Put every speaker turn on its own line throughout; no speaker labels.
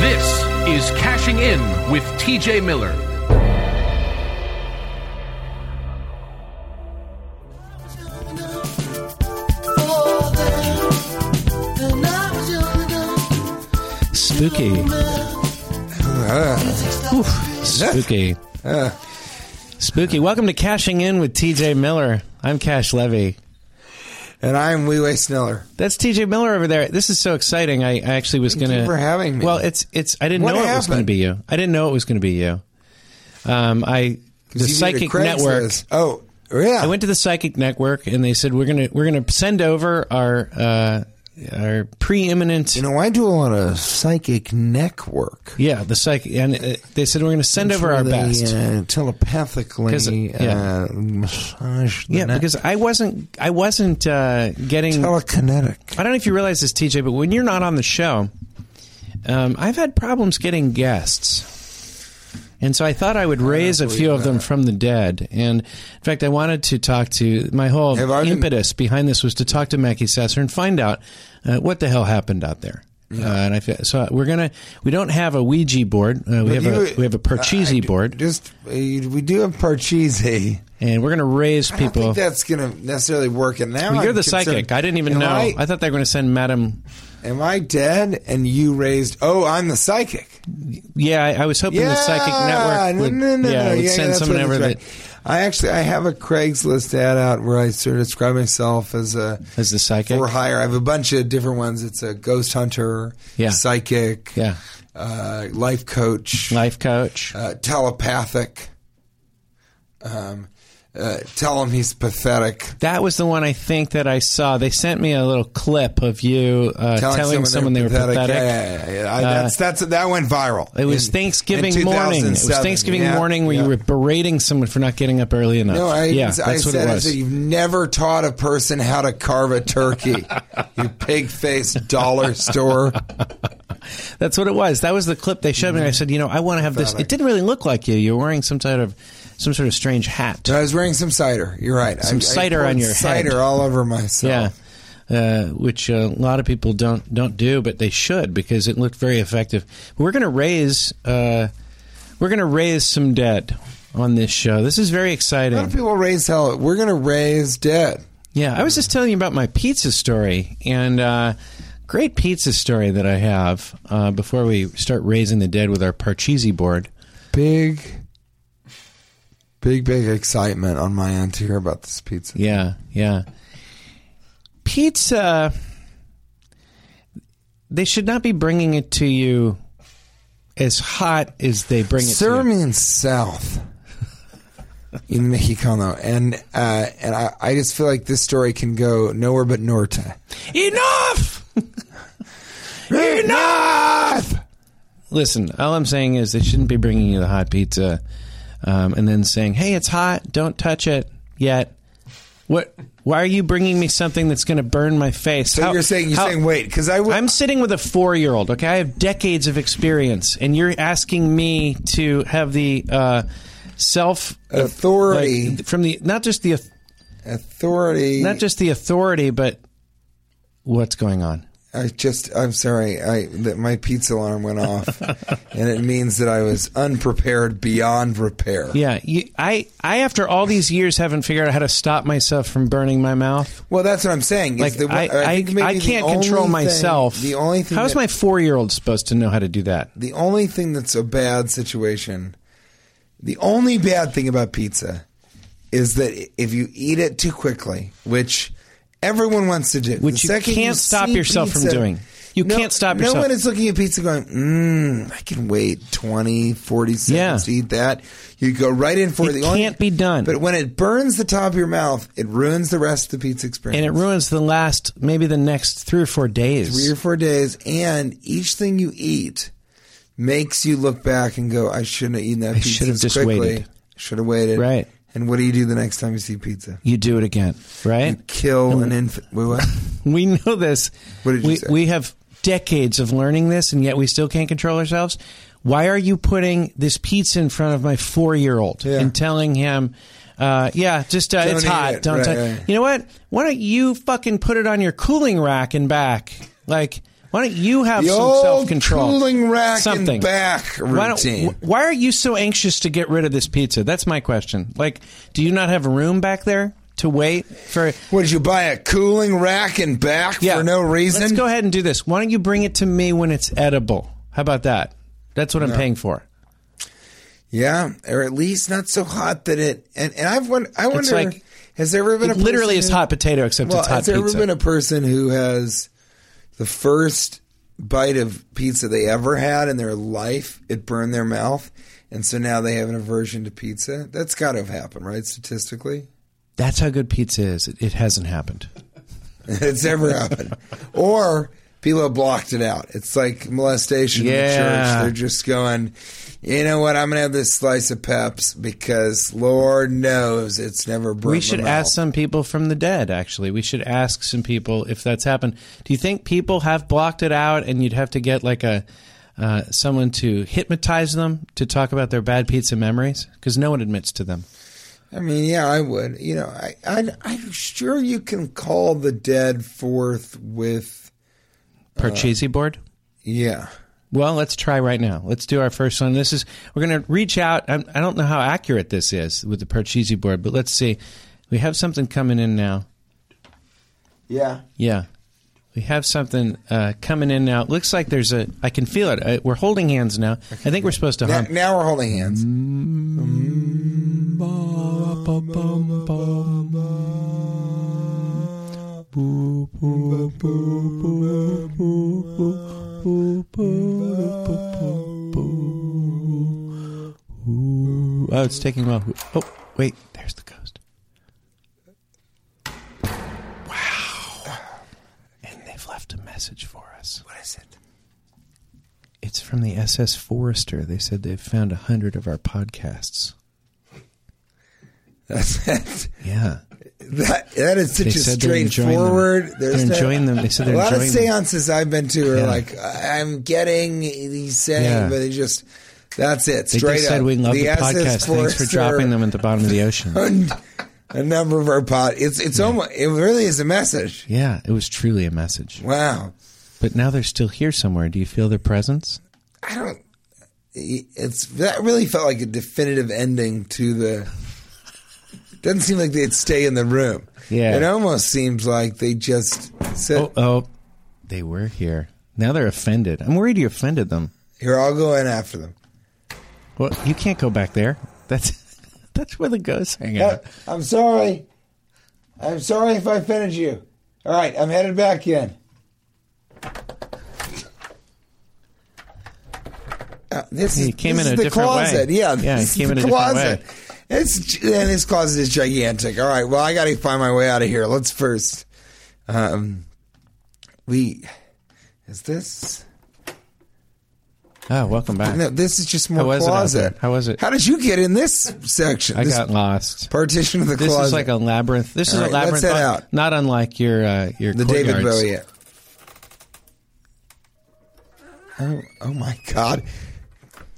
This is Cashing In with TJ Miller.
Spooky. Oof. Spooky. Spooky. Welcome to Cashing In with TJ Miller. I'm Cash Levy.
And I'm Wee Sniller.
That's TJ Miller over there. This is so exciting. I I actually was
you
going to
for having me.
Well, it's it's I didn't
What
know it was going to
happened?
be you. I didn't know it was going to be you. Um, I the
You need a
psychic
Craigslist.
network.
Oh, yeah.
I went to the psychic network and they said we're gonna we're gonna send over our uh, our preeminent
you know, I do a lot of psychic neck work.
yeah the psychic and uh, they said we're gonna send over our
Where they,
best.
uh,
Because,
telepathically
yeah.
uh, massage the
Yeah,
neck.
because I wasn't I wasn't uh, getting. I
telekinetic.
don't know if you realize this, TJ, but when you're not on the show, um, I've had problems getting guests, and so I thought I would raise a few of them from the dead. And in fact, I wanted to talk to my whole
Have I been-
impetus behind this was to talk to Mackie Sasser and find out uh, what the hell happened out there. Uh, and I feel, so we're gonna we don't have a Ouija board. Uh, we have
You-
a we have a
I
Parcheesi
do-
board,
Just uh, we do have parcheesi.
and we're gonna raise
I don't
people.
think that's going to necessarily work. And now
Well, you're
I'm
the
concerned.
psychic. I didn't even
Am
know. I,
I-
thought they were going to send Madam.
am I dead? And you raised? Oh, I'm the psychic.
Yeah, I, I was hoping the psychic network
no,
would,
no, no,
yeah,
no,
would
yeah,
send
that's
someone
right,
over
that's
that
right. I actually I have a Craigslist ad out where I sort of describe myself as a
as the psychic.
for hire. I have a bunch of different ones. It's a ghost hunter,
Yeah.
psychic,
Yeah,
uh, life coach,
life coach.
uh, telepathic. Um, uh, tell him he's pathetic.
That was the one I think that I saw. They sent me a little clip of you uh, telling, someone, they were pathetic. Uh,
Yeah, yeah, yeah. I, that's, that's, that went viral.
It was
in-
Thanksgiving
in
morning. It was
2007.
Thanksgiving
Yeah,
morning where
yeah.
you were berating someone for not getting up early enough.
No, I,
yeah,
I
that's what
said,
it
I
was.
said, you've never taught a person how to carve a turkey, you pig faced dollar store.
That's what it was. That was the clip they showed me.
Mm-hmm.
I said, you know, I want to have this. It didn't really look like you. You were wearing some sort of some sort of strange hat.
I was wearing some cider. You're right.
Some
I- I
cider
poured
on your head.
cider all over myself.
Yeah, uh, which uh, a lot of people don't don't do, but they should because it looked very effective. We're going to raise uh, we're going to raise some dead on this show. This is very
A lot of
exciting.
people raise hell. We're going to raise dead.
Yeah, I was just telling you about my pizza story and. Uh, Great pizza story that I have uh, before we start raising the dead with our Parcheesi board.
Big, big, big excitement on my end to hear about this pizza.
Yeah, yeah. Pizza. They should not be bringing it to you as hot as they bring it.
Sir
to you.
means south in Mexicano. And, uh, and I, I just feel like this story can go nowhere but norte.
enough.
Enough!
Listen, all I'm saying is they shouldn't be bringing you the hot pizza, um, and then saying, "Hey, it's hot. Don't touch it yet." What? Why are you bringing me something that's going to burn my face?
So you're saying you're saying wait because I would
I'm sitting with a four year old. Okay, I have decades of experience, and you're asking me to have the uh, self
Authority.
like, from the not just the
authority.
not just the authority, but what's going on?
I just I'm sorry. I that my pizza alarm went off, and it means that I was unprepared beyond repair.
Yeah, you, I I after all these years haven't figured out how to stop myself from burning my mouth.
Well, that's what I'm saying. is
Like
the-
I I,
think maybe
I
the
can't
only
control
thing-
myself.
The only thing
How is
that-
my four year old supposed to know how to do that?
the only thing that's a bad situation. The only bad thing about pizza is that if you eat it too quickly, which everyone wants to do,
Which
the
you
second
can't stop
see
yourself from doing. You can't stop
No
yourself.
one is looking at pizza going, mm, I can wait 20, 40 seconds
Yeah.
to eat that. You go right in for
It
the only-
can't be done.
But when it burns the top of your mouth, it ruins the rest of the pizza experience.
And it ruins the last maybe the next three or four days.
three or four days, and each thing you eat makes you look back and go, I shouldn't have eaten that
I
pizza
should have
as
just
quickly.
waited.
Should have waited.
Right.
And what do you do the next time you see pizza?
You do it again, right?
You kill an infant. Wait, what?
We know this.
What did you
we,
say?
we have decades of learning this, and yet we still can't control ourselves. Why are you putting this pizza in front of my four-year-old
Yeah.
and telling him, uh, "Yeah, just uh,
Don't
it's
eat
hot.
it.
Don't
Right,
touch-
right.
You know what? Why don't you fucking put it on your cooling rack and back? Like, why don't you have
The
some
old
self-control?
cooling rack and
Something.
back
Why don't-
routine.
wh- why are you so anxious to get rid of this pizza? That's my question. Like, do you not have room back there to wait for?
What did you buy a cooling rack and back for no reason?
Let's go ahead and do this. Why don't you bring it to me when it's edible? How about that? That's what I'm paying for.
Yeah, or at least not so hot that it. And, and I've won, I wonder,
like-
has there ever been a
It literally
person
is
who-
hot potato, except
Well,
it's hot
has there
pizza.
ever been a person who has the first bite of pizza they ever had in their life? It burned their mouth, and so now they have an aversion to pizza. That's got to have happened, right? Statistically,
That's how good pizza is. It, it hasn't happened.
it's never happened. Or people have blocked it out. It's like molestation in the
Yeah.
church. They're just going, you know what? I'm gonna have this slice of Peps because Lord knows it's never burned.
we
my
should
mouth.
ask some people from the dead, actually. We should ask some people if that's happened. Do you think people have blocked it out and you'd have to get like a. Uh, someone to hypnotize them to talk about their bad pizza memories because no one admits to them.
I mean, yeah, I would. You know, I, I, I'm sure you can call the dead forth with, Uh,
Parcheesi board?
yeah.
Well, let's try right now. Let's do our first one. This is we're going to reach out. I'm, I don't know how accurate this is with the Parcheesi board, but let's see. We have something coming in now.
Yeah.
Yeah, we have something uh, coming in now. It looks like there's a. I can feel it. I, we're holding hands now. I think we're supposed to
Now,
hum.
now we're holding hands.
Oh, it's taking a while. Oh, wait. There's the ghost. Wow. And they've left a message for us.
What is it?
It's from the SS Forrester. They said they've found a hundred of our podcasts.
That's it.
Yeah,
That, that is such
They
a
said they're enjoying them.
straightforward.
They're
there's
enjoying them. They said they're
a lot of
enjoying them.
seances I've been to are
Yeah.
like, I- I'm getting, he's saying,
Yeah.
but it just, that's it.
they
Straight
just said
up.
we love the,
SS
podcast. Thanks for
Force
dropping
are-
them at the bottom of the ocean.
owned A number of our pod. It's it's almost it really is a message.
Yeah, it was truly a message.
Wow.
But now they're still here somewhere. Do you feel their presence?
I don't. It's that really felt like a definitive ending to the. Doesn't seem like they'd stay in the room.
Yeah.
it almost seems like they just said,
Oh, oh, they were here. Now they're offended. I'm worried you offended them.
"Here, I'll go in after them."
Well, you can't go back there. That's that's where the ghosts hang
No,
out.
Uh, I'm sorry. I'm sorry if I offended you. All right, I'm headed back in. Uh, this
He
is,
came
this
in
is
a
the
different way.
closet. Yeah,
Yeah,
this
he
is
came in
the
a different way.
closet. It's gi- and this closet is gigantic. All right, well, I got to find my way out of here. Let's first, um, we is this
Oh, welcome back.
no, this is just more
How was it out
closet.
there? How was it?
How did you get in this section?
I
this
got lost.
partition of the
This
closet.
is like a labyrinth. This
All
is
right,
a
let's
labyrinth.
head
not-
out.
Not unlike your uh, your
The David
courtyards.
Bowie. Oh, oh my God.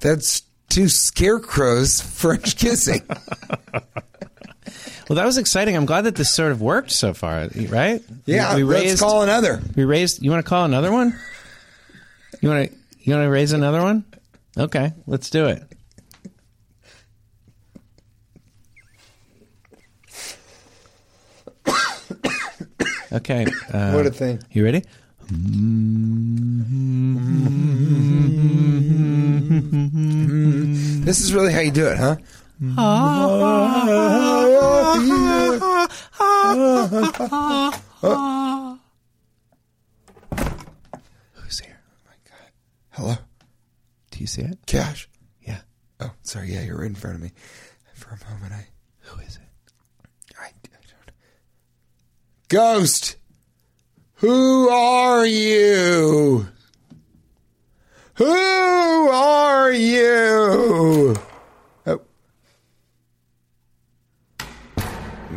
That's two scarecrows French kissing.
Well, that was exciting. I'm glad that this sort of worked so far, right?
Yeah,
we, we
let's
raised.
call another.
we raised. You want to call another one? You want to? You want to raise another one? Okay, let's do it. Okay. Uh,
What a thing.
You ready?
This is really how you do it, huh?
Who's here?
Hello?
Do you see it?
Cash?
Yeah.
Oh, sorry. Yeah, you're right in front of me. For a moment, I.
Who is it?
I, I don't. Ghost! Who are you? Who are you? Oh.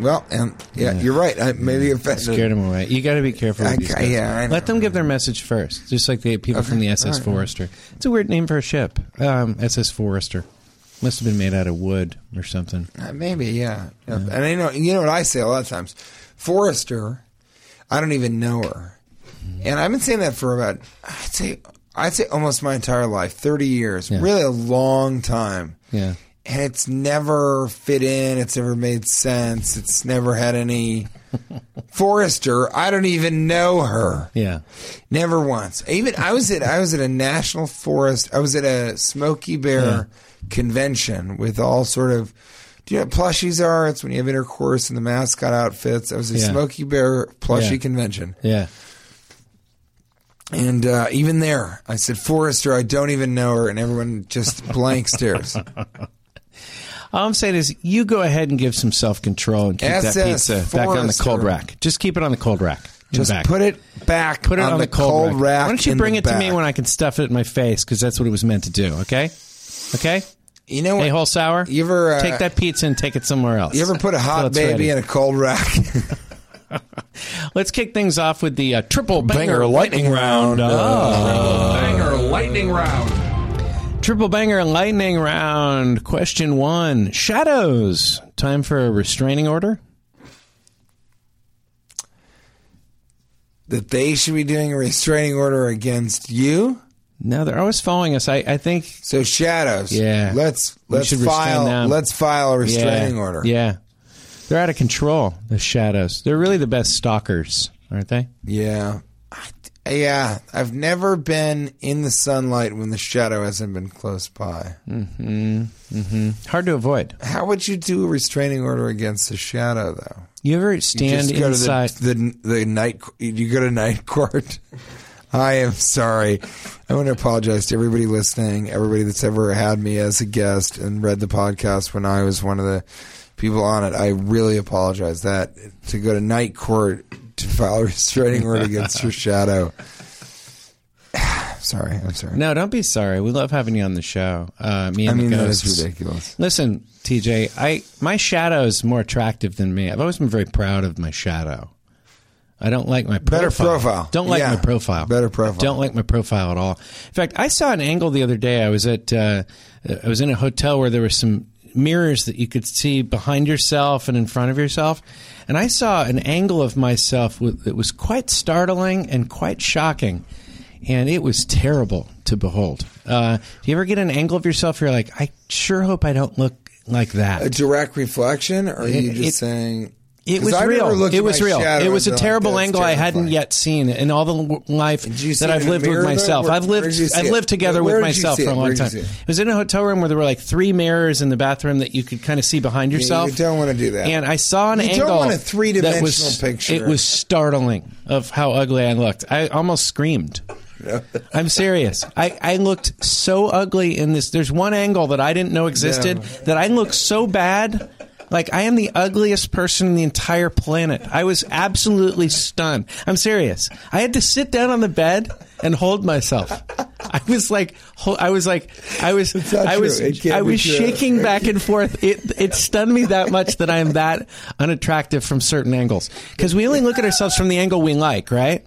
Well, and yeah, you're right. I maybe offended.
Scared them away. You got to be careful. With
I-
these
I-
guys.
yeah, I know.
Let them give their message first, just like the people from the SS Forrester. It's a weird name for a ship. Um, SS Forrester must have been made out of wood or something.
Uh, maybe, yeah. And I know you know what I say a lot of times. Forrester, I don't even know her,
Mm-hmm.
and I've been saying that for about I'd say I'd say almost my entire life, thirty years,
Yeah.
really a long time.
Yeah,
And it's never fit in. It's never made sense. It's never had any. Forrester, I don't even know her.
yeah.
Never once. Even I was at I was at a national forest. I was at a Smoky Bear convention with all sort of. Do you know what plushies are? It's when you have intercourse and the mascot outfits. I was at a
Yeah.
Smoky Bear plushie
Yeah.
convention,
Yeah.
and uh, even there, I said Forrester. I don't even know her, and everyone just blank stares.
All I'm saying is, you go ahead and give some self control and keep that
SS
pizza back on the
Forrester.
cold rack. Just keep it on the cold rack. In
Just
back.
put it back.
Put it on, the cold, rack. Why don't you
in
bring
the
it to me
back.
when I can stuff it in my face? Because that's what it was meant to do. Okay. Okay.
You know what?
Hey, whole sour.
You ever, uh,
take that pizza and take it somewhere else?
you ever put a
Till
hot
it's
baby
ready.
in a cold rack?
Let's kick things off with the uh, triple banger,
Banger
lightning
lightning
round.
round.
Banger lightning round.
Triple banger lightning round. Question one: Shadows. Time for a restraining order.
that they should be doing a restraining order against you.
No, they're always following us. I, I think
So shadows.
Yeah.
Let's
We
let's
should restrain
file
them.
let's file a
yeah,
restraining order.
Yeah, they're out of control. The shadows. They're really the best stalkers, aren't they?
Yeah. I- Yeah. I've never been in the sunlight when the shadow hasn't been close by.
Hard to avoid.
How would you do a restraining order against the shadow though?
You ever
You
stand
just go
inside?
to the, the the night co- you go to night court. I am sorry. I want to apologize to everybody listening, everybody that's ever had me as a guest and read the podcast when I was one of the people on it. I really apologize that to go to night court to file a restraining order against your shadow. sorry, I'm sorry.
no, don't be sorry. We love having you on the show. Uh, me
I
and
mean
the
that
ghosts.
is ridiculous.
Listen, TJ, I my shadow is more attractive than me. I've always been very proud of my shadow. I don't like my profile.
Better profile.
Don't like
Yeah.
my profile.
Better profile.
Don't like my profile at all. In fact, I saw an angle the other day. I was at uh, I was in a hotel where there were some mirrors that you could see behind yourself and in front of yourself, and I saw an angle of myself with, that was quite startling and quite shocking, and it was terrible to behold. Uh, do you ever get an angle of yourself? Where you're like, I sure hope I don't look like that.
A direct reflection, or are you
It-
just
it-
saying
It
'Cause
was
I remember
real.
looking
It
at
was
my
real.
shadow
It was a
and being like,
terrible
"That's
angle I hadn't
terrifying."
yet seen in all the w- life
Did you see
that
it
I've
in a
lived with
mirror, though?
myself.
Where-
I've
where
lived
did you see
I've
it?
lived together
Where
with
did you
myself
see it?
for a
Where
long
did you
time.
see
It?
it?
was in a hotel room where there were like three mirrors in the bathroom that you could kind of see behind yourself.
you don't wanna do that.
And I saw an
You don't
angle
want a
that
three-dimensional
was-
picture.
It was startling of how ugly I looked. I almost screamed. I'm serious. I, I looked so ugly in this. There's one angle that I didn't know existed that I looked so bad. Like I am the ugliest person in the entire planet. I was absolutely stunned. I'm serious. I had to sit down on the bed and hold myself. I was like, ho- I was like, I was,
not
I
true.
was,
It can't
I
be
was
true.
shaking back and forth. It it stunned me that much that I am that unattractive from certain angles because we only look at ourselves from the angle we like, right?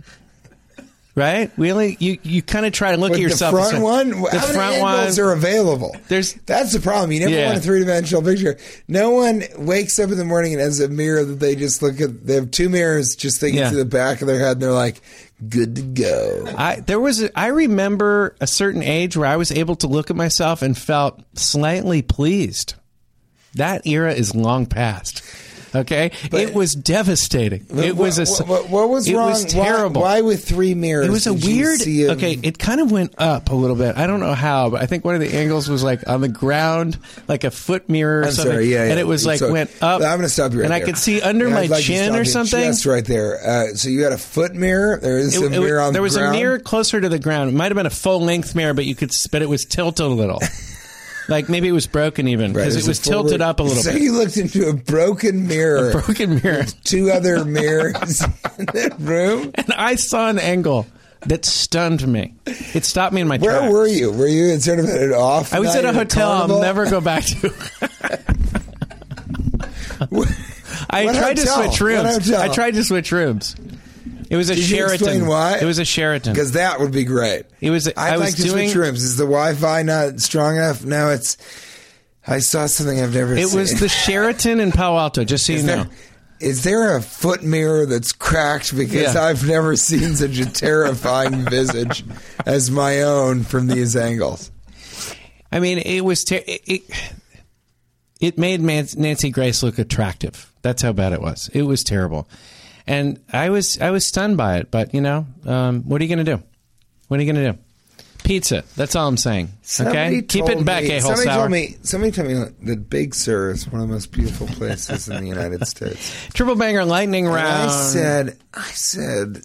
Right? We only you you kind of try to look
But
at yourself.
The
and
front
say,
one.
The
how
front
many angles
one.
are available?
There's-
that's the problem. You never
Yeah.
want a three dimensional picture. No one wakes up in the morning and has a mirror that they just look at. They have two mirrors just they
Yeah.
get to the back of their head and they're like, good to go.
I there was a, I remember a certain age where I was able to look at myself and felt slightly pleased. That era is long past. Okay, it was devastating. it was a s-
What, what- what was
it
wrong?
was terrible.
Why, why with three mirrors?
It was a
did you
weird.
see a-
okay, it kind of went up a little bit. I don't know how, but I think one of the angles was like on the ground, like a foot mirror or
I'm
something.
sorry. Yeah, yeah.
and it was like
So-
went up.
I'm going to stop you right
And
there.
I could see under
Yeah,
my
I'd like to
chin
stop
or
your
something.
chest right there. Uh, so you had a foot mirror. There is a
It- it-
mirror on
there
the
was
ground.
a mirror closer to the ground. It might have been a full length mirror, but you could, s- but it was tilted a little. like maybe it was broken even
Right,
because it
a
was tilted
forward-
up a little
so
bit.
you looked into a broken mirror.
Broken mirror.
two other mirrors in the room.
And I saw an angle that stunned me. It stopped me in my
Where
tracks.
were you? Were you in sort of at an off?
I was
night
at a hotel
carnival?
I'll never go back to. I
What
tried
hotel?
to switch rooms.
What hotel?
I tried to switch rooms. It was a
Did you
Sheraton.
explain why?
It was a Sheraton.
because that would be great.
It was.
I'd
I was
like to
doing.
switch rooms. Is the Wi-Fi not strong enough? No, it's. I saw something I've never
It
seen.
was the Sheraton in Palo Alto. Just so you
Is
know.
there, is there a foot mirror that's cracked? Because
Yeah.
I've never seen such a terrifying visage as my own from these angles.
I mean, it was. Ter- it, it it made Man- Nancy Grace look attractive. That's how bad it was. It was terrible, and I was I was stunned by it. But you know, um, what are you going to do? What are you going to do? Pizza. That's all I'm saying.
Somebody
okay, keep
told
it back,
me-
a whole
Somebody
sour.
told me. Somebody told me that Big Sur is one of the most beautiful places in the United States.
Triple banger lightning
And
round.
I said, I said,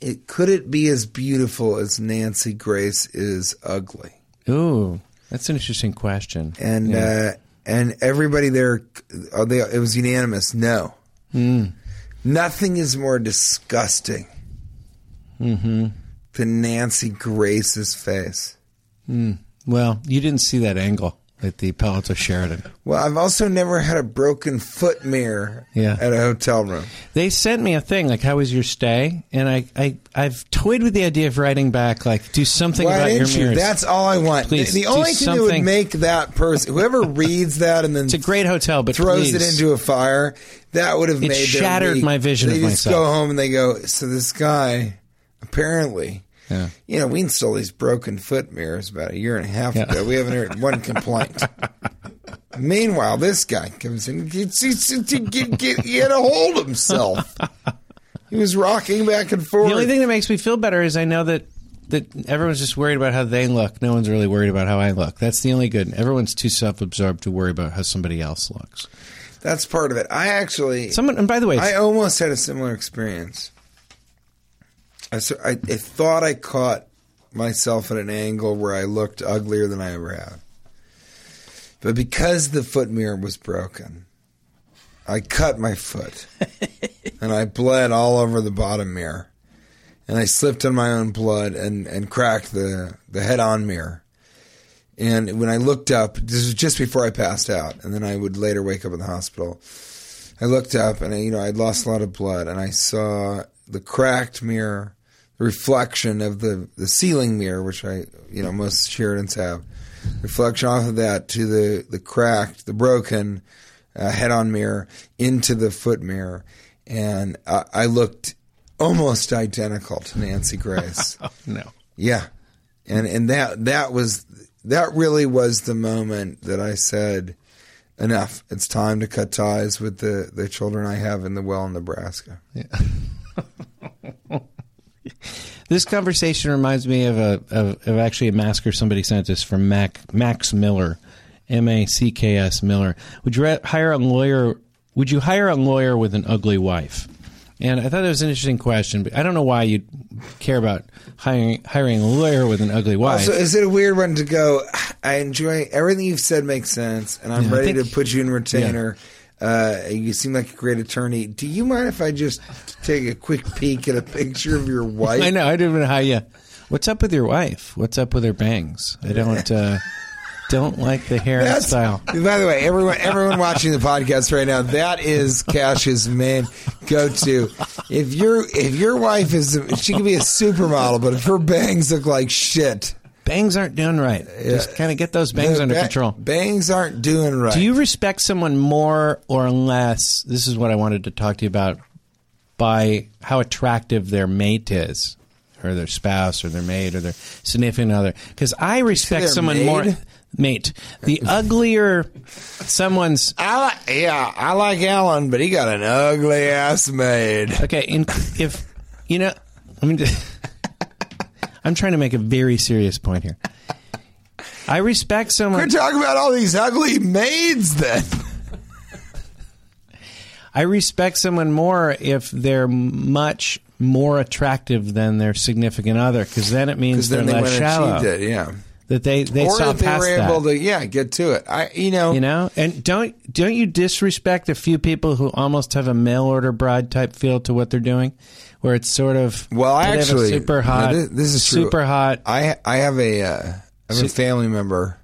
it could it be as beautiful as Nancy Grace is ugly?
Ooh, that's an interesting question.
And uh, and everybody there, oh, they, it was unanimous. No,
Hmm.
nothing is more disgusting
Mm-hmm.
than Nancy Grace's face.
well, you didn't see that angle at the Palo Alto Sheraton.
Well, I've also never had a broken foot mirror
Yeah.
at a hotel room.
They sent me a thing like, "How was your stay?" And I, I, I've toyed with the idea of writing back, like, "Do something
Why
about your
didn't you?
mirrors."
That's all I want.
Please,
the the
do
only thing that would
something.
make that person, whoever reads that and then
it's a great hotel, but
throws it
please.
into a fire, that would have
It
made their
shattered
week.
my vision
They
of
just
myself.
go home and they go. So this guy, apparently,
Yeah.
you know, we installed these broken foot mirrors about a year and a half
Yeah.
ago. We haven't heard one complaint. Meanwhile, this guy comes in, gets, gets, get, get, he had a hold of himself. He was rocking back and forth.
The only thing that makes me feel better is I know that that everyone's just worried about how they look. No one's really worried about how I look. That's the only good. Everyone's too self-absorbed to worry about how somebody else looks.
That's part of it. I actually,
Someone, and by the way,
I almost had a similar experience. I, s- I- I thought I caught myself at an angle where I looked uglier than I ever have. But because the foot mirror was broken, I cut my foot and I bled all over the bottom mirror. And I slipped on my own blood and, and cracked the, the head on mirror. And when I looked up, this was just before I passed out, and then I would later wake up in the hospital. I looked up and I, you know I'd lost a lot of blood and I saw the cracked mirror, the reflection of the the ceiling mirror, which I you know most Sheridans have, reflection off of that to the the cracked, the broken uh, head-on mirror into the foot mirror, and I, I looked almost identical to Nancy Grace.
no.
Yeah, and and that that was that really was the moment that I said, "Enough! It's time to cut ties with the the children I have in the well in Nebraska."
This conversation reminds me of a of, of actually a masker somebody sent us from Mac Max Miller, M A C K S Miller. Would you ra- hire a lawyer? Would you hire a lawyer with an ugly wife? And I thought that was an interesting question, but I don't know why you would care about hiring hiring a lawyer with an ugly wife.
Also, is it a weird one to go? I enjoy everything you've said makes sense, and I'm
Yeah, I
ready
think-
to put you in retainer. Uh, you seem like a great attorney. Do you mind if I just take a quick peek at a picture of your wife?
I know. I don't know how you. What's up with your wife? What's up with her bangs? I don't uh, don't like the
That's-
hairstyle.
By the way, everyone everyone watching the podcast right now, that is Cash's main go to. If your if your wife is she could be a supermodel, but if her bangs look like shit,
Bangs aren't doing right. Just kind of get those bangs
the
under
ba-
control.
Bangs aren't doing right.
Do you respect someone more or less? This is what I wanted to talk to you about by how attractive their mate is, or their spouse, or their mate, or their significant other. Because I respect
their
someone more.
maid?
Mate, the uglier someone's
I li- yeah, I like Alan, but he got an ugly ass maid.
Okay, in, if you know, I mean, I'm trying to make a very serious point here. I respect
We're
someone.
talking about all these ugly maids then.
I respect someone more if they're much more attractive than their significant other, because then it means
Because then
they're
they went
less
and
shallow.
cheated, yeah.
that they they
or
saw
if they
past
were
that.
able to, yeah, get to it. I, you know,
you know, and don't don't you disrespect a few people who almost have a mail order bride type feel to what they're doing, where it's sort of
Well,
they have a
actually,
super hot.
no, thi- this is true.
super hot.
I, I have a, uh, I have a family member,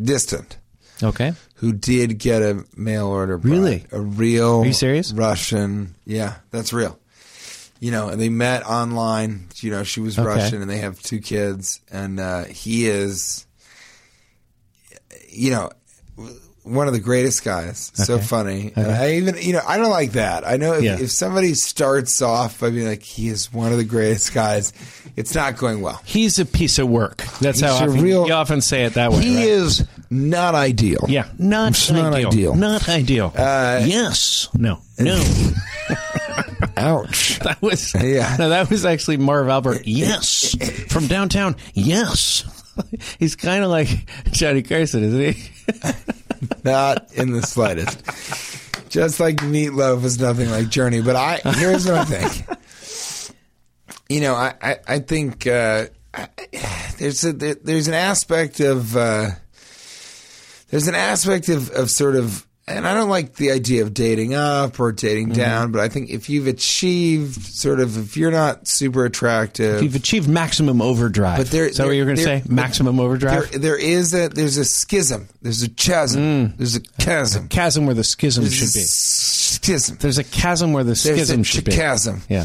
distant,
Okay,
who did get a mail order. bride.
Really?
A real.
Are you serious?
Russian. Yeah, that's real. You know, and they met online. You know, she was
Okay.
Russian and they have two kids. And uh, he is, you know, one of the greatest guys. So
Okay.
funny. And I even, you know, I don't like that. I know if,
Yeah.
if somebody starts off by being like, he is one of the greatest guys, it's not going well.
he's a piece of work. That's
He's
how
a
often,
real-
you often say it that way.
He
right?
is not ideal.
Yeah, not
It's not ideal. Uh,
Not ideal. yes. No. No.
Ouch.
that was.
Yeah. Eh,
No, that was actually Marv Albert. Yes. From downtown. Yes. He's kind of like Johnny Carson, isn't he?
Not in the slightest. Just like meatloaf is nothing like Journey. But I here's what I think. You know, I I, I think uh, I, there's a there, there's an aspect of uh, there's an aspect of, of sort of and I don't like the idea of dating up or dating
Mm-hmm.
down, but I think if you've achieved sort of if you're not super attractive,
You've achieved maximum overdrive.
But there-
is that what
there-
you were going to
there-
say? Maximum overdrive?
there there is a there's a schism, there's a chasm, there's a chasm,
chasm where the schism
there's a
Mm. should be.
schism.
There's a chasm where the
There's
schism
a
should be.
chasm.
Yeah.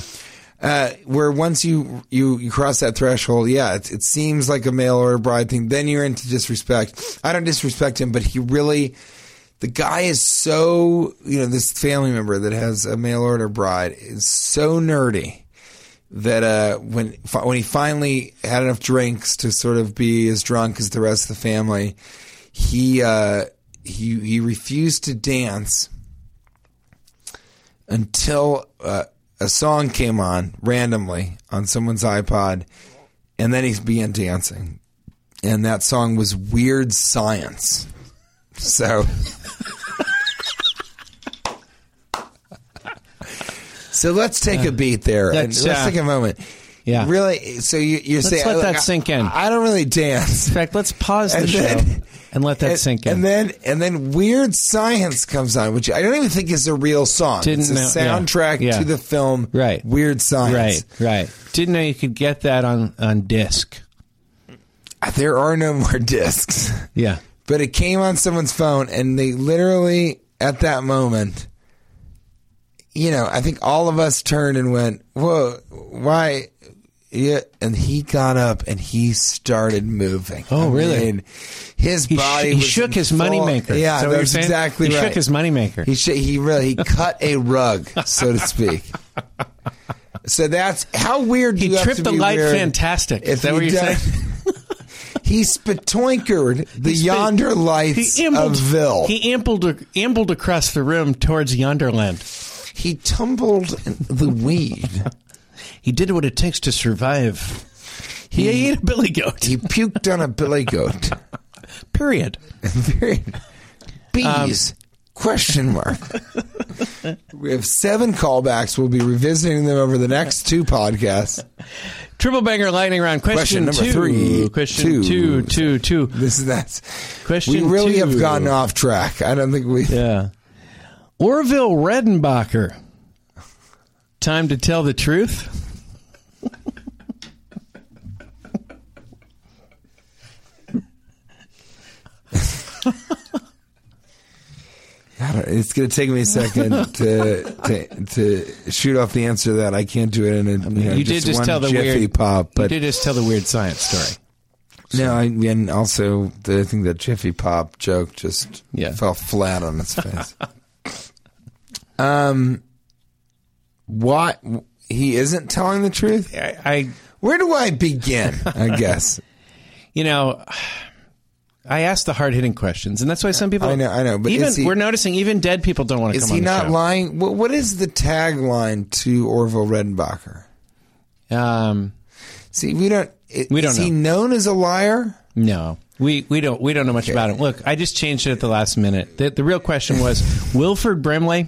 Uh, where once you, you you cross that threshold, yeah, it, it seems like a male or a bride thing. Then you're into disrespect. I don't disrespect him, but he really, the guy is so you know this family member that has a mail order bride is so nerdy that uh, when fi- when he finally had enough drinks to sort of be as drunk as the rest of the family, he uh, he he refused to dance until uh, a song came on randomly on someone's iPod, and then he began dancing, and that song was Weird Science. So. So let's take a beat there. And
That's,
let's
uh,
take a moment.
Yeah.
Really? So you, you're
Let's
saying
let that
I-
sink in.
I don't really dance.
In fact, let's pause the
And
show
then-
and let that
and,
sink in.
And then and then Weird Science comes on, which I don't even think is a real song.
Didn't
it's a
know- yeah,
soundtrack
yeah.
to the film
Right.
Weird Science.
right, right. Didn't know you could get that on, on disc.
Uh, There are no more discs.
Yeah.
But it came on someone's phone and they literally at that moment you know, I think all of us turned and went, Whoa, why yeah, and he got up and he started moving.
Oh, really?
mean, his
He, sh-
body.
he
was
shook
in
his
full-
moneymaker.
Yeah,
Is that what you're
that's
saying?
exactly
He
right.
shook his moneymaker.
He sh- he really he cut a rug, so to speak. So that's how weird do
He
you have
tripped
to
the
be
light
weird
fantastic. Is that
you
what you're
don't-
saying?
he spatoinkered the
He spit-
yonder lights
He ambled,
of Ville. He,
He ambled, ambled across the room towards Yonderland.
tumbled in the weed.
He did what it takes to survive. He, ate a billy goat.
Hmm. He puked on a billy goat.
period.
Very-
Um,
Bees. Question mark. we have seven callbacks. We'll be revisiting them over the next two podcasts.
Triple banger lightning round. Question,
Question number
two.
three,
Question
two.
two, two, two.
This is that's.
Question
we really
two.
have gotten off track. I don't think we.
Yeah. Orville Redenbacher. Time to tell the truth.
I don't- it's going to take me a second to, to to shoot off the answer to that. I can't do it in a you, know,
you
just
did just
one
tell the
jiffy
weird
pop. But
you did just tell the weird science story.
No, I, and also the thing that Jiffy Pop joke just
Yeah.
fell flat on its face. um, why he isn't telling the truth?
I, I
Where do I begin? I guess
you know, I ask the hard hitting questions, and that's why some people.
I know, I know, but
even
is he-
we're noticing even dead people don't want to
is
come
he
on the
not
show.
lying? What, what is the tagline to Orville Redenbacher?
um,
See, we don't. It,
We don't
is he known as a liar?
no, we we don't we don't know much about it. Look, I just changed it at the last minute. The, the real question was Wilford Brimley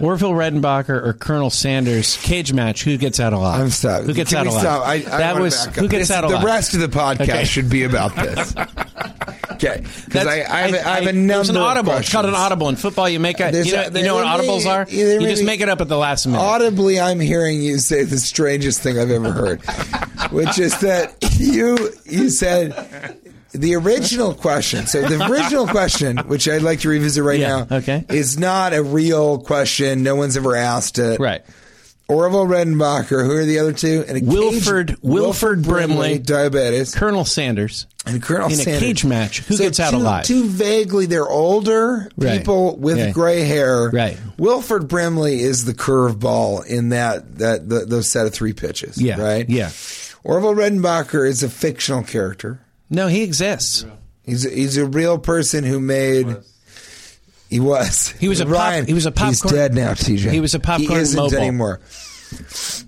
Orville Redenbacher or Colonel Sanders cage match. Who gets out alive?
I'm stopped.
Who gets
Can
out
we
alive?
Stop? I, I
that
wanna
was
back up.
who gets
This-
out alive.
The rest of the podcast
Okay.
should be about this. Okay, because I, I,
That's-
have, I, have a number.
There's an
of
audible. It's called an
questions.
audible in football. You make a.
There's
You know,
a-
you know what
there may-
audibles are?
yeah, there
you
may
just
be-
make it up at the last minute.
Audibly, I'm hearing you say the strangest thing I've ever heard, which is that you you said the original question. So the original question, which I'd like to revisit right
Yeah,
now,
okay.
is not a real question. No one's ever asked it.
right.
Orville Redenbacher. Who are the other two? And a
Wilford-
cage-
Wilford Brimley.
diabetes,
Colonel Sanders.
and Colonel
in a
Sanders.
cage match, who gets out
two-
alive?
Two vaguely, they're older
Right.
people with
Yeah.
gray hair.
Right.
Wilford Brimley is the curveball in that that the, those set of three pitches.
Yeah.
Right.
Yeah.
Orville Redenbacher is a fictional character.
No, he exists.
He's a, he's a real person who made. He was.
He was a pop-
Ryan,
he was a
He's
popcorn-
dead now, TJ.
He was a popcorn
He isn't
mogul.
anymore.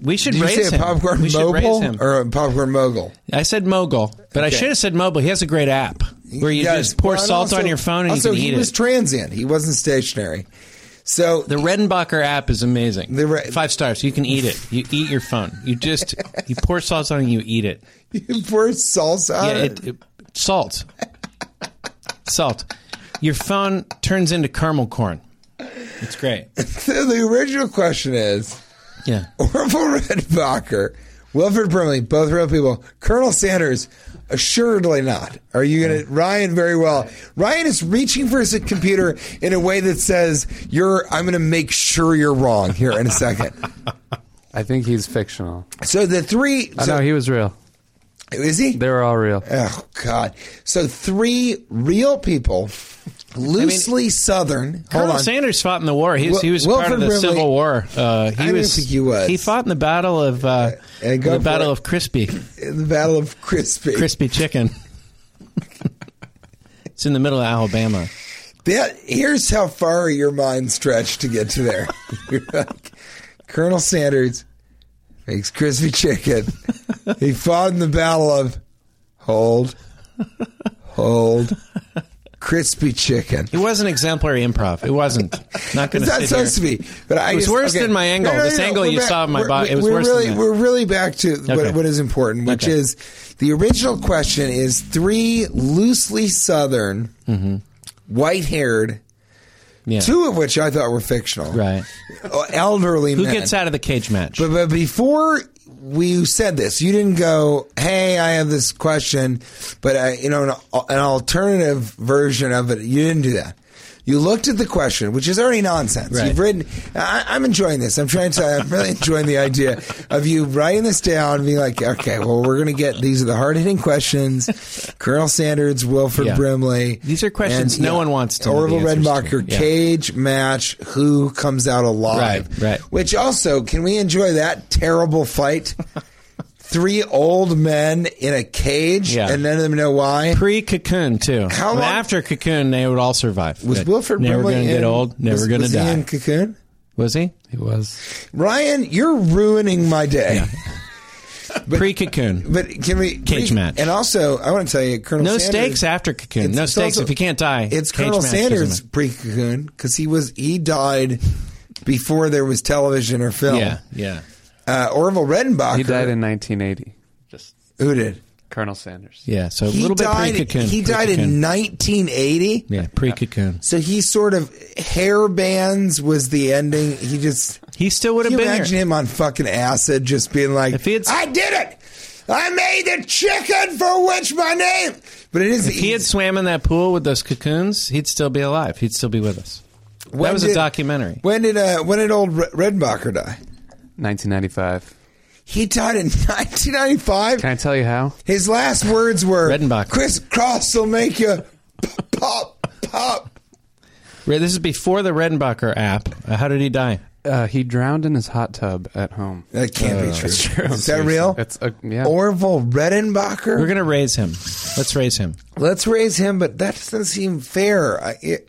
We should
Did you
raise
say a
him.
popcorn
we should raise
mogul
him.
or a popcorn mogul?
I said mogul, but I
Okay.
should have said mobile. He has a great app where you
Yes.
just pour
Well, and
salt
also-
on your phone and
also
you can
he
eat
was
it.
transient. He wasn't stationary. So
the Redenbacher app is amazing.
The Re-
Five stars. You can eat it. You eat your phone. You just you pour salt on it. and You eat it.
you pour salsa.
Yeah,
on it.
it, it, salt. salt. Your phone turns into caramel corn. It's great.
So the original question is
Yeah.
Orville Redenbacher, Wilford Brimley, both real people. Colonel Sanders, assuredly not. Are you going to Ryan? Very well. Ryan is reaching for his computer in a way that says, "You're." I'm going to make sure you're wrong here in a second.
I think he's fictional.
so the three.
I
So,
know he was real.
is he?
They were all real.
Oh God! So three real people, loosely Southern.
Colonel
hold on.
Sanders fought in the war. He was,
Wil-
he was part
Wilford
of the
Brimley-
Civil War. Uh, he
I don't
was,
think he was.
He fought in the Battle of uh,
Uh, go
the
for
Battle
it.
of Crispy
in the Battle of Crispy.
Crispy Chicken. it's in the middle of Alabama.
That here's how far your mind stretched to get to there. You're like, Colonel Sanders makes crispy chicken. He fought in the battle of hold, hold, crispy chicken.
It wasn't exemplary improv. It wasn't. Not going
It's not
to sit here.
supposed to be, but I
It was
just-
worse than my angle. This angle
we're
you saw of my
we're-
body, it was
we're
worse than
really,
that.
We're really back to
Okay.
what, what is important, which
Okay.
is the original question is three loosely Southern, white-haired,
Mm-hmm. Yeah.
two of which I thought were fictional,
Right.
Uh, elderly
Who
men.
gets out of the cage match?
But, but before we said this, you didn't go, "Hey, I have this question," but I, you know, an, an alternative version of it. You didn't do that. You looked at the question, which is already nonsense.
Right.
You've written. I, I'm enjoying this. I'm trying to. I'm really enjoying the idea of you writing this down and being like, "Okay, well, we're going to get these are the hard hitting questions." Colonel Sanders, Wilford
Yeah.
Brimley.
These are questions no one wants to know the
Orville
answers to.
Redenbacher,
Yeah.
cage match, who comes out alive?
Right, right.
Which also, can we enjoy that terrible fight? Three old men in a cage,
Yeah.
and none of them know why.
Pre Cocoon too.
How
And
long-
after Cocoon, they would all survive.
Was
Good.
Wilford
never
Brimley
gonna
in-
get old? Never
was-
going to
was he
die.
in Cocoon?
was he?
He was.
Ryan, you're ruining my day.
Pre Cocoon.
But can we
Cage match.
And also, I want to tell you, Colonel
No
Sanders,
stakes after Cocoon.
It's-
No
it's
stakes
also-
if you can't die.
It's
Cage
Colonel
match doesn't
Sanders
matter.
pre Cocoon because he was he died before there was television or film.
Yeah, yeah.
Uh, Orville Redenbacher.
He died in 1980. Just
Who did?
Colonel Sanders.
Yeah, so a
He
little bit pre
died.
Cocoon.
He died in 1980.
Yeah, pre Cocoon.
So he sort of hair bands was the ending. He just
He still would
can
have
you
been
imagine
here.
him on fucking acid, just being like,
If he had-
"I did it. I made the chicken for which my name." But it is.
If he had swam in that pool with those cocoons, he'd still be alive. He'd still be with us. that was a documentary.
When did uh, when did old Re- Redbacher die?
1995.
He died in 1995.
Can I tell you how?
His last words were,
Redenbacher.
"Chris Cross will make you pop pop."
Right, This is before the Redenbacher app. Uh, how did he die?
Uh, he drowned in his hot tub at home.
That can't
Oh,
be true. Is that real?
It's a, yeah.
Orville
We're
Redenbacher.
going to raise him. Let's raise him.
Let's raise him, but that doesn't seem fair. I, it,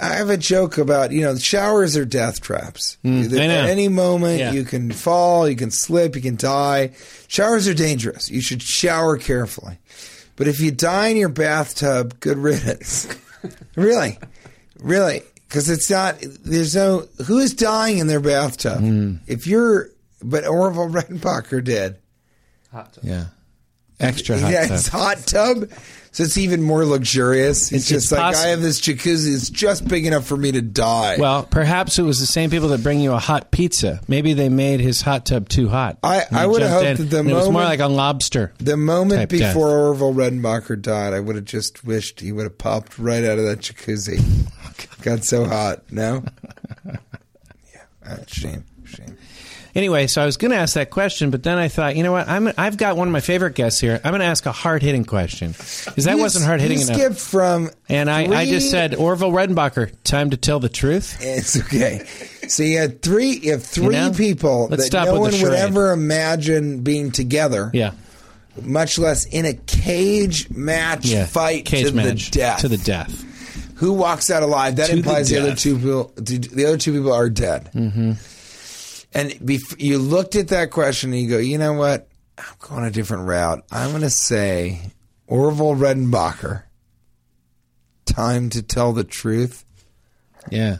I have a joke about you know showers are death traps. At
Hmm. I know.
any moment
Yeah.
you can fall, you can slip, you can die. Showers are dangerous. You should shower carefully. But if you die in your bathtub, good riddance. really, really. because it's not. There's no who's dying in their bathtub.
Hmm.
If you're, but Orville Redenbacher did.
Hot tub.
Yeah. Extra hot.
Yeah,
tub.
it's hot tub, so it's even more luxurious. It's,
It's-
just
it's
like
possi-
I have this jacuzzi. It's just big enough for me to die.
Well, perhaps it was the same people that bring you a hot pizza. Maybe they made his hot tub too hot.
I-
And
I
he
would have
jumped
hoped
in,
that the
and it was more
moment-
like a lobster.
the moment
type death.
before Orville Redenbacher died, I would have just wished he would have popped right out of that jacuzzi. Got so hot. No. yeah. Uh, shame. Shame.
Anyway, so I was going to ask that question, but then I thought, you know what? I'm I've got one of my favorite guests here. I'm going to ask a hard hitting question because that
You-
wasn't hard hitting
you
enough.
Skipped from
and I, I just
three-
said Orville Redenbacher, time to tell the truth.
It's okay. So you had three. You have three
know?
people
Let's
that
stop
no
with
one
the
would
charade.
ever imagine being together.
Yeah,
Much less in a cage match
yeah.
fight
Cage
to
match
the death.
to the death.
Who walks out alive? That
To the
implies the, other
death.
two people. The other two people are dead. Mm-hmm. And bef- you looked at that question and you go, you know what? I'm going a different route. I'm going to say Orville Redenbacher. Time to tell the truth.
Yeah,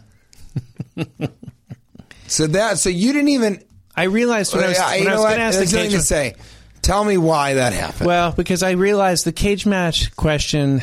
So that so you didn't even
I realized when I was,
Yeah, you
when I
know
was going
what?
to ask the
There's
cage
nothing to
match.
say. Tell me why that happened.
Well, because I realized the cage match question.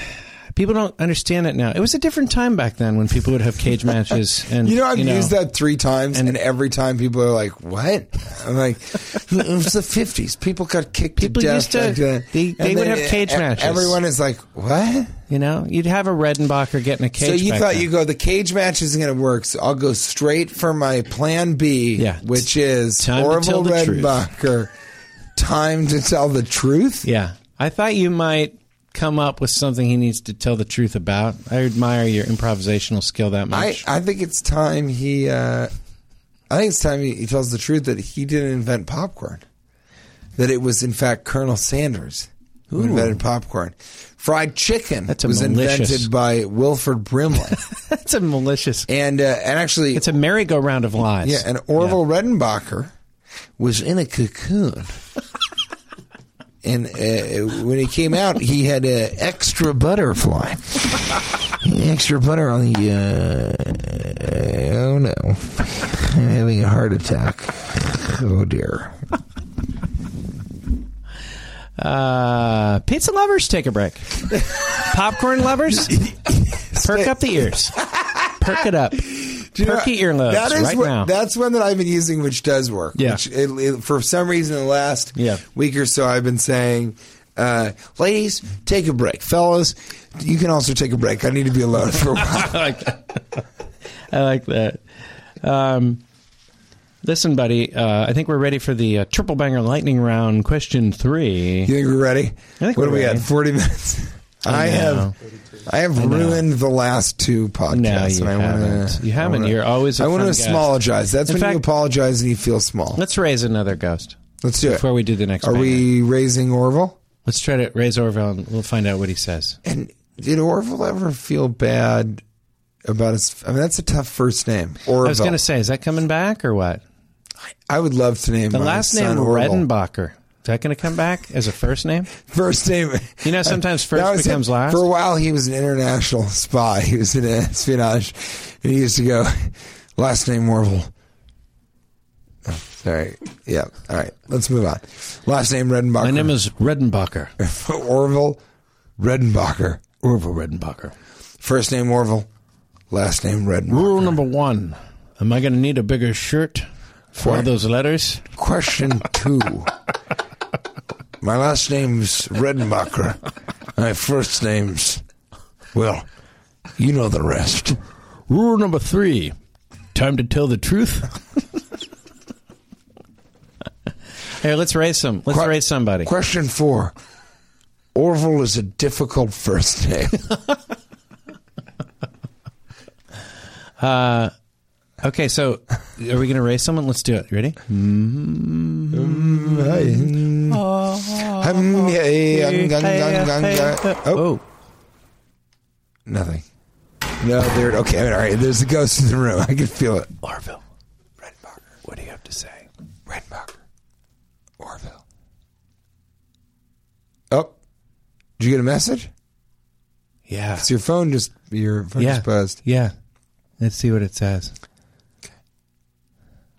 People don't understand it now. It was a different time back then when people would have cage matches. And
You know, I've used that three times, and, every time people are like, "What?" I'm like, "It was the '50s. People got kicked
People
to death."
used to-
back then."
they-
And
they would
then
have cage
e-
matches.
Everyone is like, "What?"
You know, you'd have a Redenbacher getting a cage.
so you
back
thought
then.
you go, "The cage match isn't going to work." So I'll go straight for my plan B,
Yeah.
which is
Time to
Orville
tell the truth.
Redenbacher. Time to tell the truth.
Yeah. I thought you might come up with something he needs to tell the truth about. I admire your improvisational skill that
I,
much.
I think it's time he. Uh, I think it's time he, he tells the truth that he didn't invent popcorn. That it was in fact Colonel Sanders who invented popcorn. Fried chicken
That's a
was
malicious-
invented by Wilford Brimley,
That's a malicious.
and uh, and actually,
It's a merry-go-round of lies.
yeah, and Orville Redenbacher was in a cocoon. And uh, when he came out, he had uh, extra butterfly, extra butter on the. Uh, oh no, I'm having a heart attack. Oh dear.
Uh, pizza lovers, take a break. Popcorn lovers, perk up the ears. Perk it up. Perky earlobes
That is
right
what-
now.
That's one that I've been using, which does work.
Yeah.
Which it, it- for some reason, the last
Yeah.
week or so, I've been saying, uh, ladies, take a break. Fellas, you can also take a break. I need to be alone for a while.
I like that. I like that. Um, listen, buddy, uh, I think we're ready for the uh, triple banger lightning round question three.
you think we're ready?
think
what
we're
do we
ready.
at? 40 minutes? I,
know.
have I have ruined the last two
No,
podcasts.
you
and I
haven't.
Wanna,
you haven't.
I wanna-
You're always. a
I want to
fun guest.
smologize. That's
In
when
fact-
you apologize and you feel small.
Let's raise another ghost
Let's do it.
before we do the next.
Are
banger.
we raising Orville?
Let's try to raise Orville, and we'll find out what he says.
And did Orville ever feel bad about his? I mean, that's a tough first name. Orville.
I was going to say, is that coming back or what?
I would love to name
The
my
last name
son Orville.
Redenbacher. Is that going to come back as a first name?
First name.
You know, sometimes first
That was
becomes
it.
last.
For a while, he was an international spy. He was in espionage, and he used to go, "Last name Orville." Oh, sorry. Yeah. All right. Let's move on. Last name Redenbacher.
My name is Redenbacher.
Orville Redenbacher.
Orville Redenbacher.
First name Orville. Last name Redenbacher.
Rule number one: Am I going to need a bigger shirt for all
What?
those letters?
Question two. My last name's Redenbacher. My first name's, well, you know the rest.
Rule number three: Time to tell the truth. Here, let's raise some. Let's
Qu-
raise somebody.
Question four. Orville is a difficult first name.
Okay, so are we going to raise someone? Let's do it. You ready?
Hum, yeah, yeah, hum, gung, gung, gung, gung. Oh,
Oh,
nothing. No, there. it- Okay, all right. There's a ghost in the room. I can feel it.
Orville, Redenbacher, what do you have to say?
Redenbacher. Orville. Oh, did you get a message?
Yeah,
It's your phone just your phone
yeah,
just buzzed.
yeah. Let's see what it says.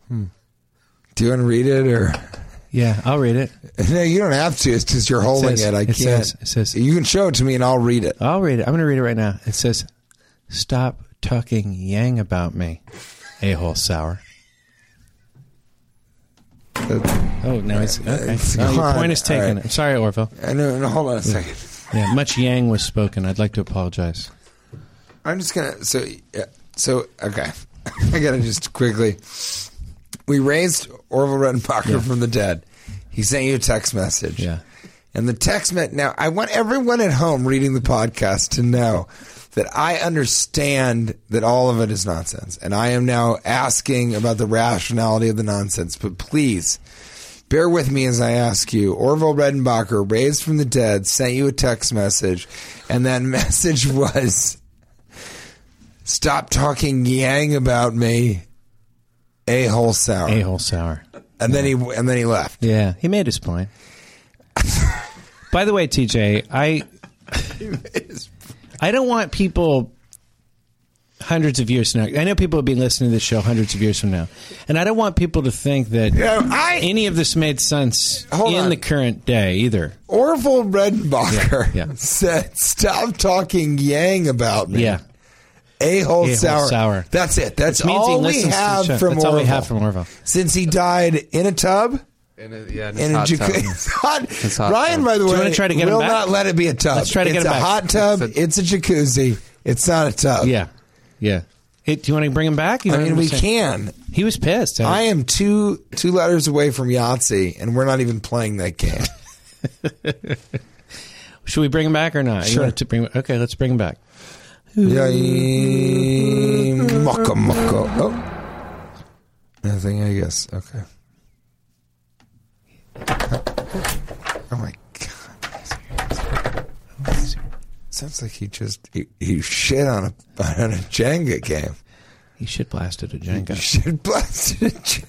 Do you want to read it or?
Yeah, I'll read it.
No, you don't have to. It's just you're holding it.
says-
I
it
can't.
says- it says-
you can show it to me and I'll read it.
I'll read it. I'm going to read it right now. It says, "Stop talking yang about me, a hole sour."
That-
Oh, no, it's okay.
It's
No, your
gone.
point is
All
taken.
right.
I'm sorry, Orville.
I know. No, hold on a second.
Yeah, much yang was spoken. I'd like to apologize.
I'm just gonna. So, yeah, so okay. I gotta just quickly. We raised Orville Redenbacher from the dead. He sent you a text message.
Yeah.
And the text meant now I want everyone at home reading the podcast to know that I understand that all of it is nonsense. And I am now asking about the rationality of the nonsense. But please bear with me as I ask you. Orville Redenbacher, raised from the dead, sent you a text message, and that message was Stop talking Yang about me, a hole sour.
A hole sour.
And then he and then he left.
Yeah, he made his point. By the way, TJ, I I don't want people hundreds of years from now. I know people will be listening to this show hundreds of years from now, and I don't want people to think that
Yeah, I-
any of this made sense
Hold
in
on.
the current day either.
Orville Redenbacher
Yeah, yeah.
said, "Stop talking Yang about me."
Yeah,
a hole
A-hole
sour.
sour.
That's it. That's
Which means he
all we
listens to the
have
show.
from
That's all
Orville.
we have from Orville.
Since he died in a tub
In a, yeah, in
in
a
a
hot tub.
jacuzzi. It's hot.
It's hot
Ryan,
tub.
by the
you
way,
wanna try to get him
will
back?
not let it be a tub.
Let's try to
it's
get him
a
back.
hot tub. It's
It's
a, jacuzzi. It's not a tub.
yeah, yeah. Hey, do you want to bring him back? You
I
know
mean,
what I'm
we
saying?
can.
He was pissed.
I am two two letters away from Yahtzee, and we're not even playing that game.
Should we bring him back or not? You
Sure.
wanted to bring, okay, let's bring him back.
Yay, mucka mucka. Oh, nothing. I guess. Okay. Oh my god! Sounds like he just he, he shit on a on a Jenga game.
He shit blasted a
He
Jenga.
shit blasted a Jenga.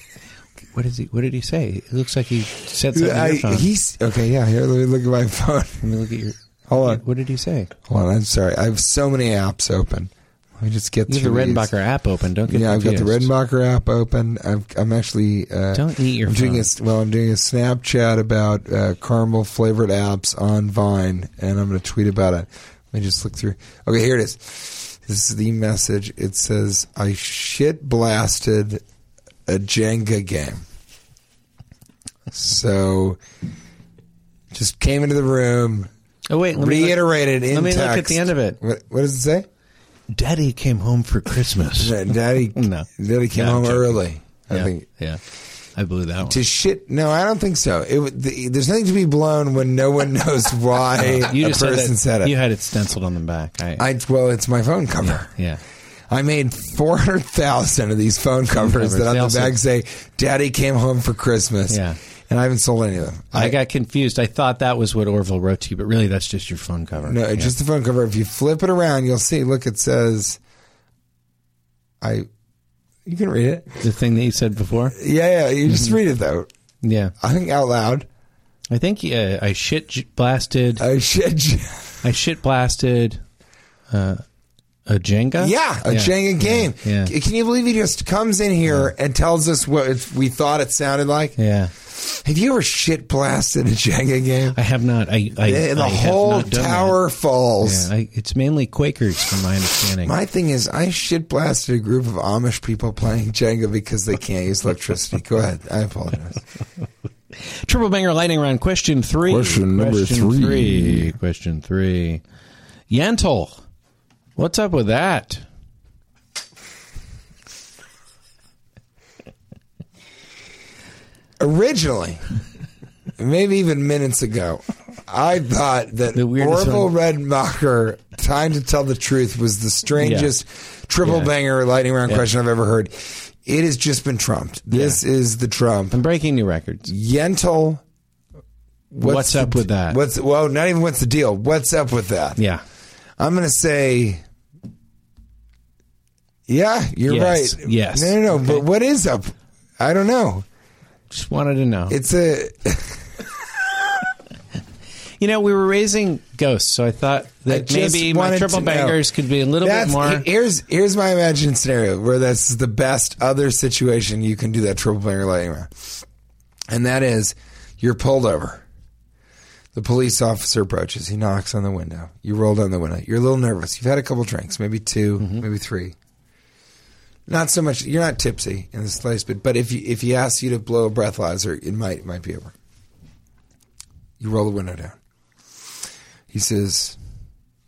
What is he? What did he say? It looks like he said something.
I,
on your phone.
he's okay. Yeah, here. Let me look at my phone.
Let me look at your.
Hold on.
What did he say?
Hold on. I'm sorry. I have so many apps open. Let me just get
You have the
through these.
Redenbacher app open. Don't get
yeah, I've got the
confused.
Redenbacher app open. I've, I'm actually uh,
Don't eat your
I'm doing
phone.
a, well. I'm doing a Snapchat about uh, caramel flavored apps on Vine, and I'm going to tweet about it. Let me just look through. Okay, here it is. This is the message. It says, "I shit blasted a Jenga game." So, just came into the room,
Oh wait, let me look-
reiterated in
let me look at
text.
the end of it.
What, what does it say?
Daddy came home for Christmas.
Da- Daddy,
No.
Daddy came
No, I'm
home
joking.
early. I
yeah,
think
yeah, I blew that one.
to shit. No, I don't think so. It, would- the, there's nothing to be blown when no one knows why
you
a
just said
person
that-
said, it.
You had it stenciled on the back. I,
I well, it's my phone cover.
yeah.
I made four hundred thousand of these phone covers
covers.
that on
They
the
also-
back say "Daddy came home for Christmas."
Yeah.
and I haven't sold any of them.
I, got confused. I thought that was what Orville wrote to you, but really that's just your phone cover.
No,
Yeah.
it's just the phone cover. If you flip it around, you'll see. Look, it says, "I." You can read it.
the thing that you said before.
Yeah, yeah. You
Mm-hmm.
just read it though.
Yeah,
I think out loud.
I think uh, I shit j- blasted.
I shit.
I shit blasted uh, a Jenga.
Yeah, a Jenga game.
Yeah.
C- Can you believe he just comes in here and tells us what it- we thought it sounded like?
Yeah.
Have you ever shit blasted a Jenga game?
I have not. I, I
And the
I have
whole
not done that.
tower falls.
Yeah, I, it's mainly Quakers, from my understanding.
My thing is, I shit blasted a group of Amish people playing Jenga because they can't use electricity. Go ahead. I apologize.
Triple banger lightning round. Question three.
Question number
Question
three.
three. Question three. Yentl, what's up with that?
Originally, maybe even minutes ago, I thought that
The weirdest
Orville
one.
Redmacher, Time to Tell the Truth, was the strangest triple
Yeah.
banger lightning round
Yeah.
question I've ever heard. It has just been trumped. This is the trump.
I'm breaking new records.
Yentl.
What's,
the-
up with that?
What's well, not even what's the deal. What's up with that?
yeah.
I'm gonna say. Yeah, you're
Yes.
right.
Yes.
No, no, no. But what is up? I don't know.
Just wanted to know.
It's a
You know, we were raising ghosts, so I thought
I
that
just
maybe my
wanted
triple
to know.
bangers could be a little
That's-
bit more.
Here's here's my imagined scenario where this is the best other situation you can do that triple banger lightning round, and that is you're pulled over. The police officer approaches. He knocks on the window. You roll down the window. You're a little nervous. You've had a couple drinks, maybe 2
Mm-hmm.
maybe three. Not so much. You're not tipsy in the slightest bit. But if you, if he asks you to blow a breathalyzer, it might might be over. You roll the window down. He says,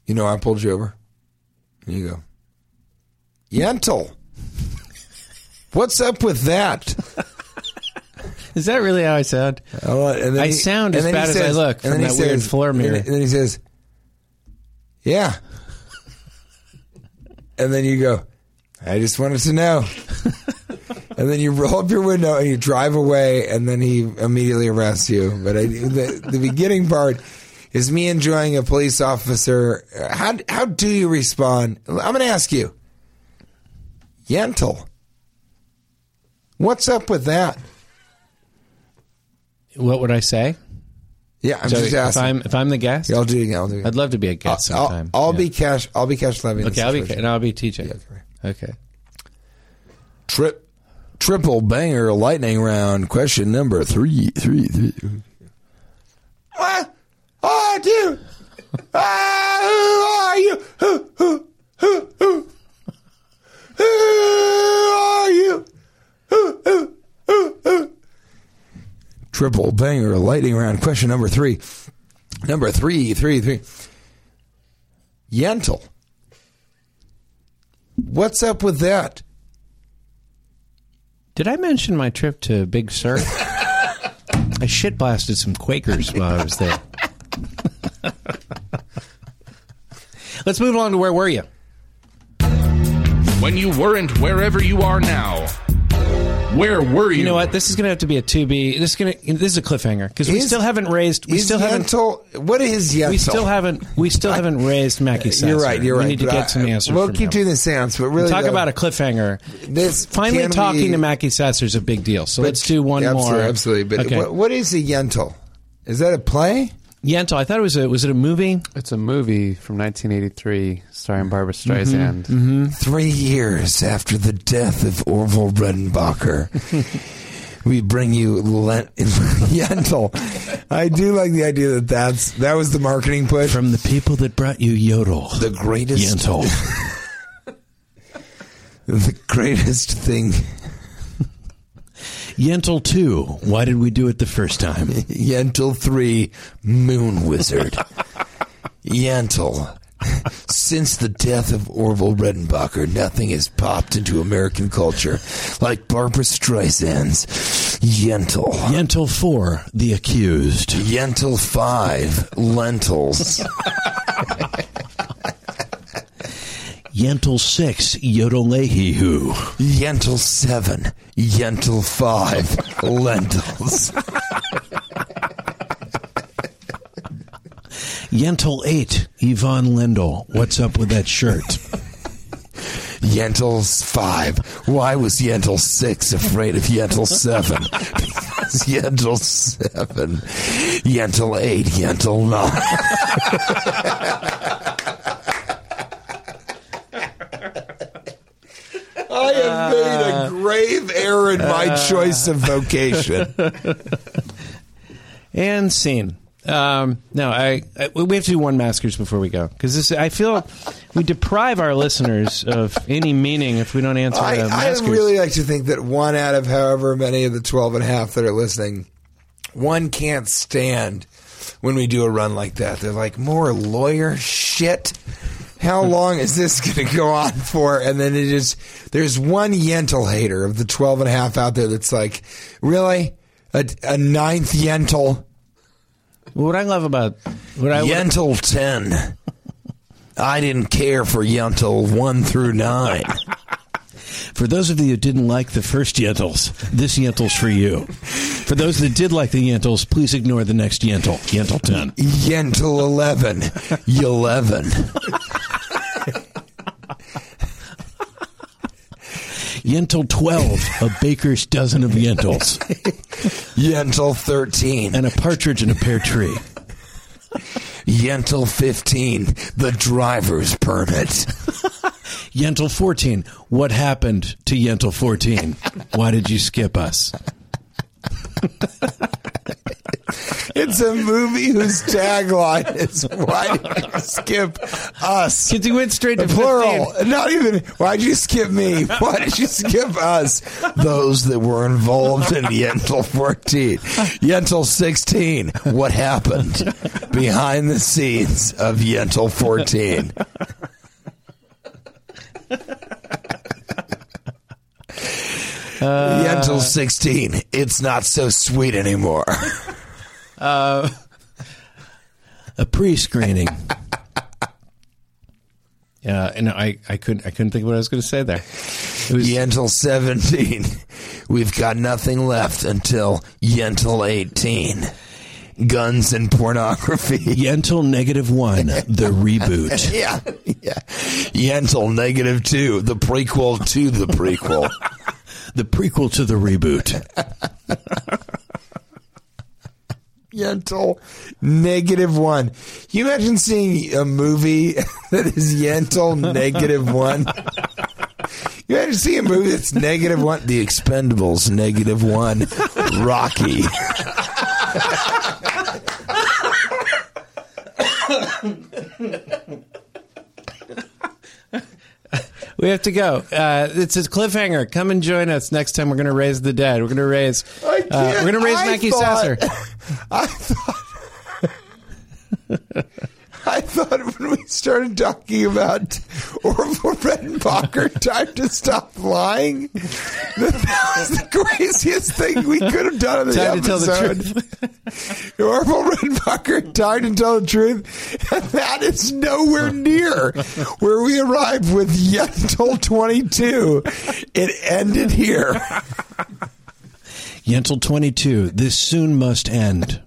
"You know, I pulled you over." And you go, Yentl. What's up with that?
Is that really how I sound?
Oh, and
I sound as
and then
bad
he
as I look from
and then he
that weird floor
and then-
mirror.
And then he says, Yeah. and then you go, I just wanted to know. and then you roll up your window and you drive away, and then he immediately arrests you. But I, the, the beginning part is me enjoying a police officer. How, how do you respond? I'm going to ask you, Yentl, what's up with that?
What would I say?
Yeah, I'm
So
just
if
asking.
I'm if I'm the guest,
Yeah, I'll do it again. I'll do it again.
I'd love to be a guest
I'll,
sometime.
I'll
Yeah.
be cash. I'll be cash levy. in
okay.
this
I'll be
situation.
and I'll be TJ.
okay.
Okay.
Trip, triple banger lightning round. Question number three, three, three. What? Oh, dude. Ah, who are you? Who, who, who, who? Who are you? Who, who, who, who? Triple banger lightning round. Question number three. Number three, three, three. Yentl. What's up with that?
Did I mention my trip to Big Sur? I shit blasted some Quakers while I was there. Let's move on to where were you?
When you weren't wherever you are now, where were you?
You know what? This is going to have to be a two B. This is going to this is a cliffhanger because we
Is-
still haven't raised. We
Is
still haven't.
Yentl- What is Yentl?
We still haven't. We still haven't raised Mackie. Sasser.
You're right. You're right.
We need to
but
get some
I-
answers.
We'll
from
keep
him.
doing the seance, but really,
Talk
though,
about a cliffhanger.
This
Finally,
can
talking
we-
to Mackie Sasser is a big deal. So
but-
let's do one
absolutely,
more.
Absolutely. But
okay.
what, what is a Yentl? Is that a play?
Yentl, I thought it was a was it a movie?
It's a movie from 1983 starring Barbara Streisand.
Three years after the death of Orville Redenbacher, we bring you Lent- Yentl. I do like the idea that that's that was the marketing push.
From the people that brought you Yodel.
the greatest the greatest thing
Yentl 2. Why did we do it the first time?
Yentl 3 Moon Wizard. Yentl. Since the death of Orville Redenbacher, nothing has popped into American culture like Barbara Streisand's Yentl.
Yentl 4. The Accused.
Yentl 5 Lentils.
Yentl 6. Yodel Leahy Who.
Yentl 7 Yentl 5 Lentils.
Yentl 8. Yvonne Lindell. What's up with that shirt?
Yentl 5. Why was Yentl 6 afraid of Yentl 7? because Yentl 7. Yentl 8. Yentl 9. I have made a grave error in my choice of vocation.
and scene. Um, no, I, I we have to do one maskers before we go because this I feel we deprive our listeners of any meaning if we don't answer
I,
the
I
maskers.
really like to think that one out of however many of the 12 and a half that are listening, one can't stand when we do a run like that. They're like, more lawyer shit. How long is this going to go on for? And then it is, there's one Yentl hater of the 12 and a half out there that's like, really? A, a ninth Yentl?
what I love about what I
Yentl 10. I didn't care for Yentl 1 through 9.
For those of you who didn't like the first Yentles, this Yentl's for you. For those that did like the Yentles, please ignore the next Yentle, Yentle 10.
Yentl 11. 11.
Yentle 12, a baker's dozen of Yentles,
Yentl 13.
and a partridge in a pear tree.
Yentl 15, the driver's permit.
Yentl 14. What happened to Yentl 14? Why did you skip us?
It's a movie whose tagline is "Why did you skip us?"
Because he went straight to
Plural, not even. Why'd you skip me? Why did you skip us?
Those that were involved in Yentl 14. Yentl 16, what happened behind the scenes of Yentl 14? Yentl 16, it's not so sweet anymore.
a pre-screening. Yeah, and I, I couldn't I couldn't think of what I was going to say there. It was
Yentl 17, we've got nothing left until Yentl 18. Guns and pornography.
Yentl negative one, the reboot.
Yeah, yeah. Yentl negative two, the prequel to the prequel.
the prequel to the reboot.
Yentl negative one. Can you imagine seeing a movie that is Yentl negative one? You imagine seeing a movie that's negative one.
the Expendables negative one, Rocky.
We have to go. Uh, it's a cliffhanger. Come and join us next time. We're going to raise the dead. We're going to raise.
I can't-
Uh, we're going to raise
I
Mackie
thought-
Sasser.
I thought. I thought when we started talking about Orville Redenbacher, Time to Stop Lying, that, that was the craziest thing we could have done in the
Time to tell
episode.
the truth.
Orville Redenbacher, Time to Tell the Truth, and that is nowhere near where we arrived with Yentl 22. It ended here.
Yentl twenty two. This soon must end.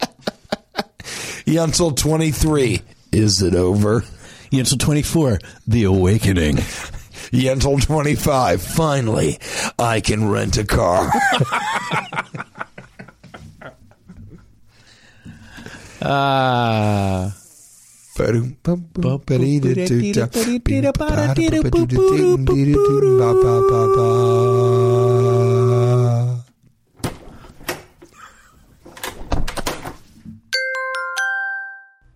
Yentl 23, is it over?
Yentl twenty four. The awakening.
Yentl 25, finally, I can rent a car.
Ah.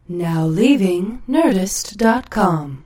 Now leaving Nerdist.com.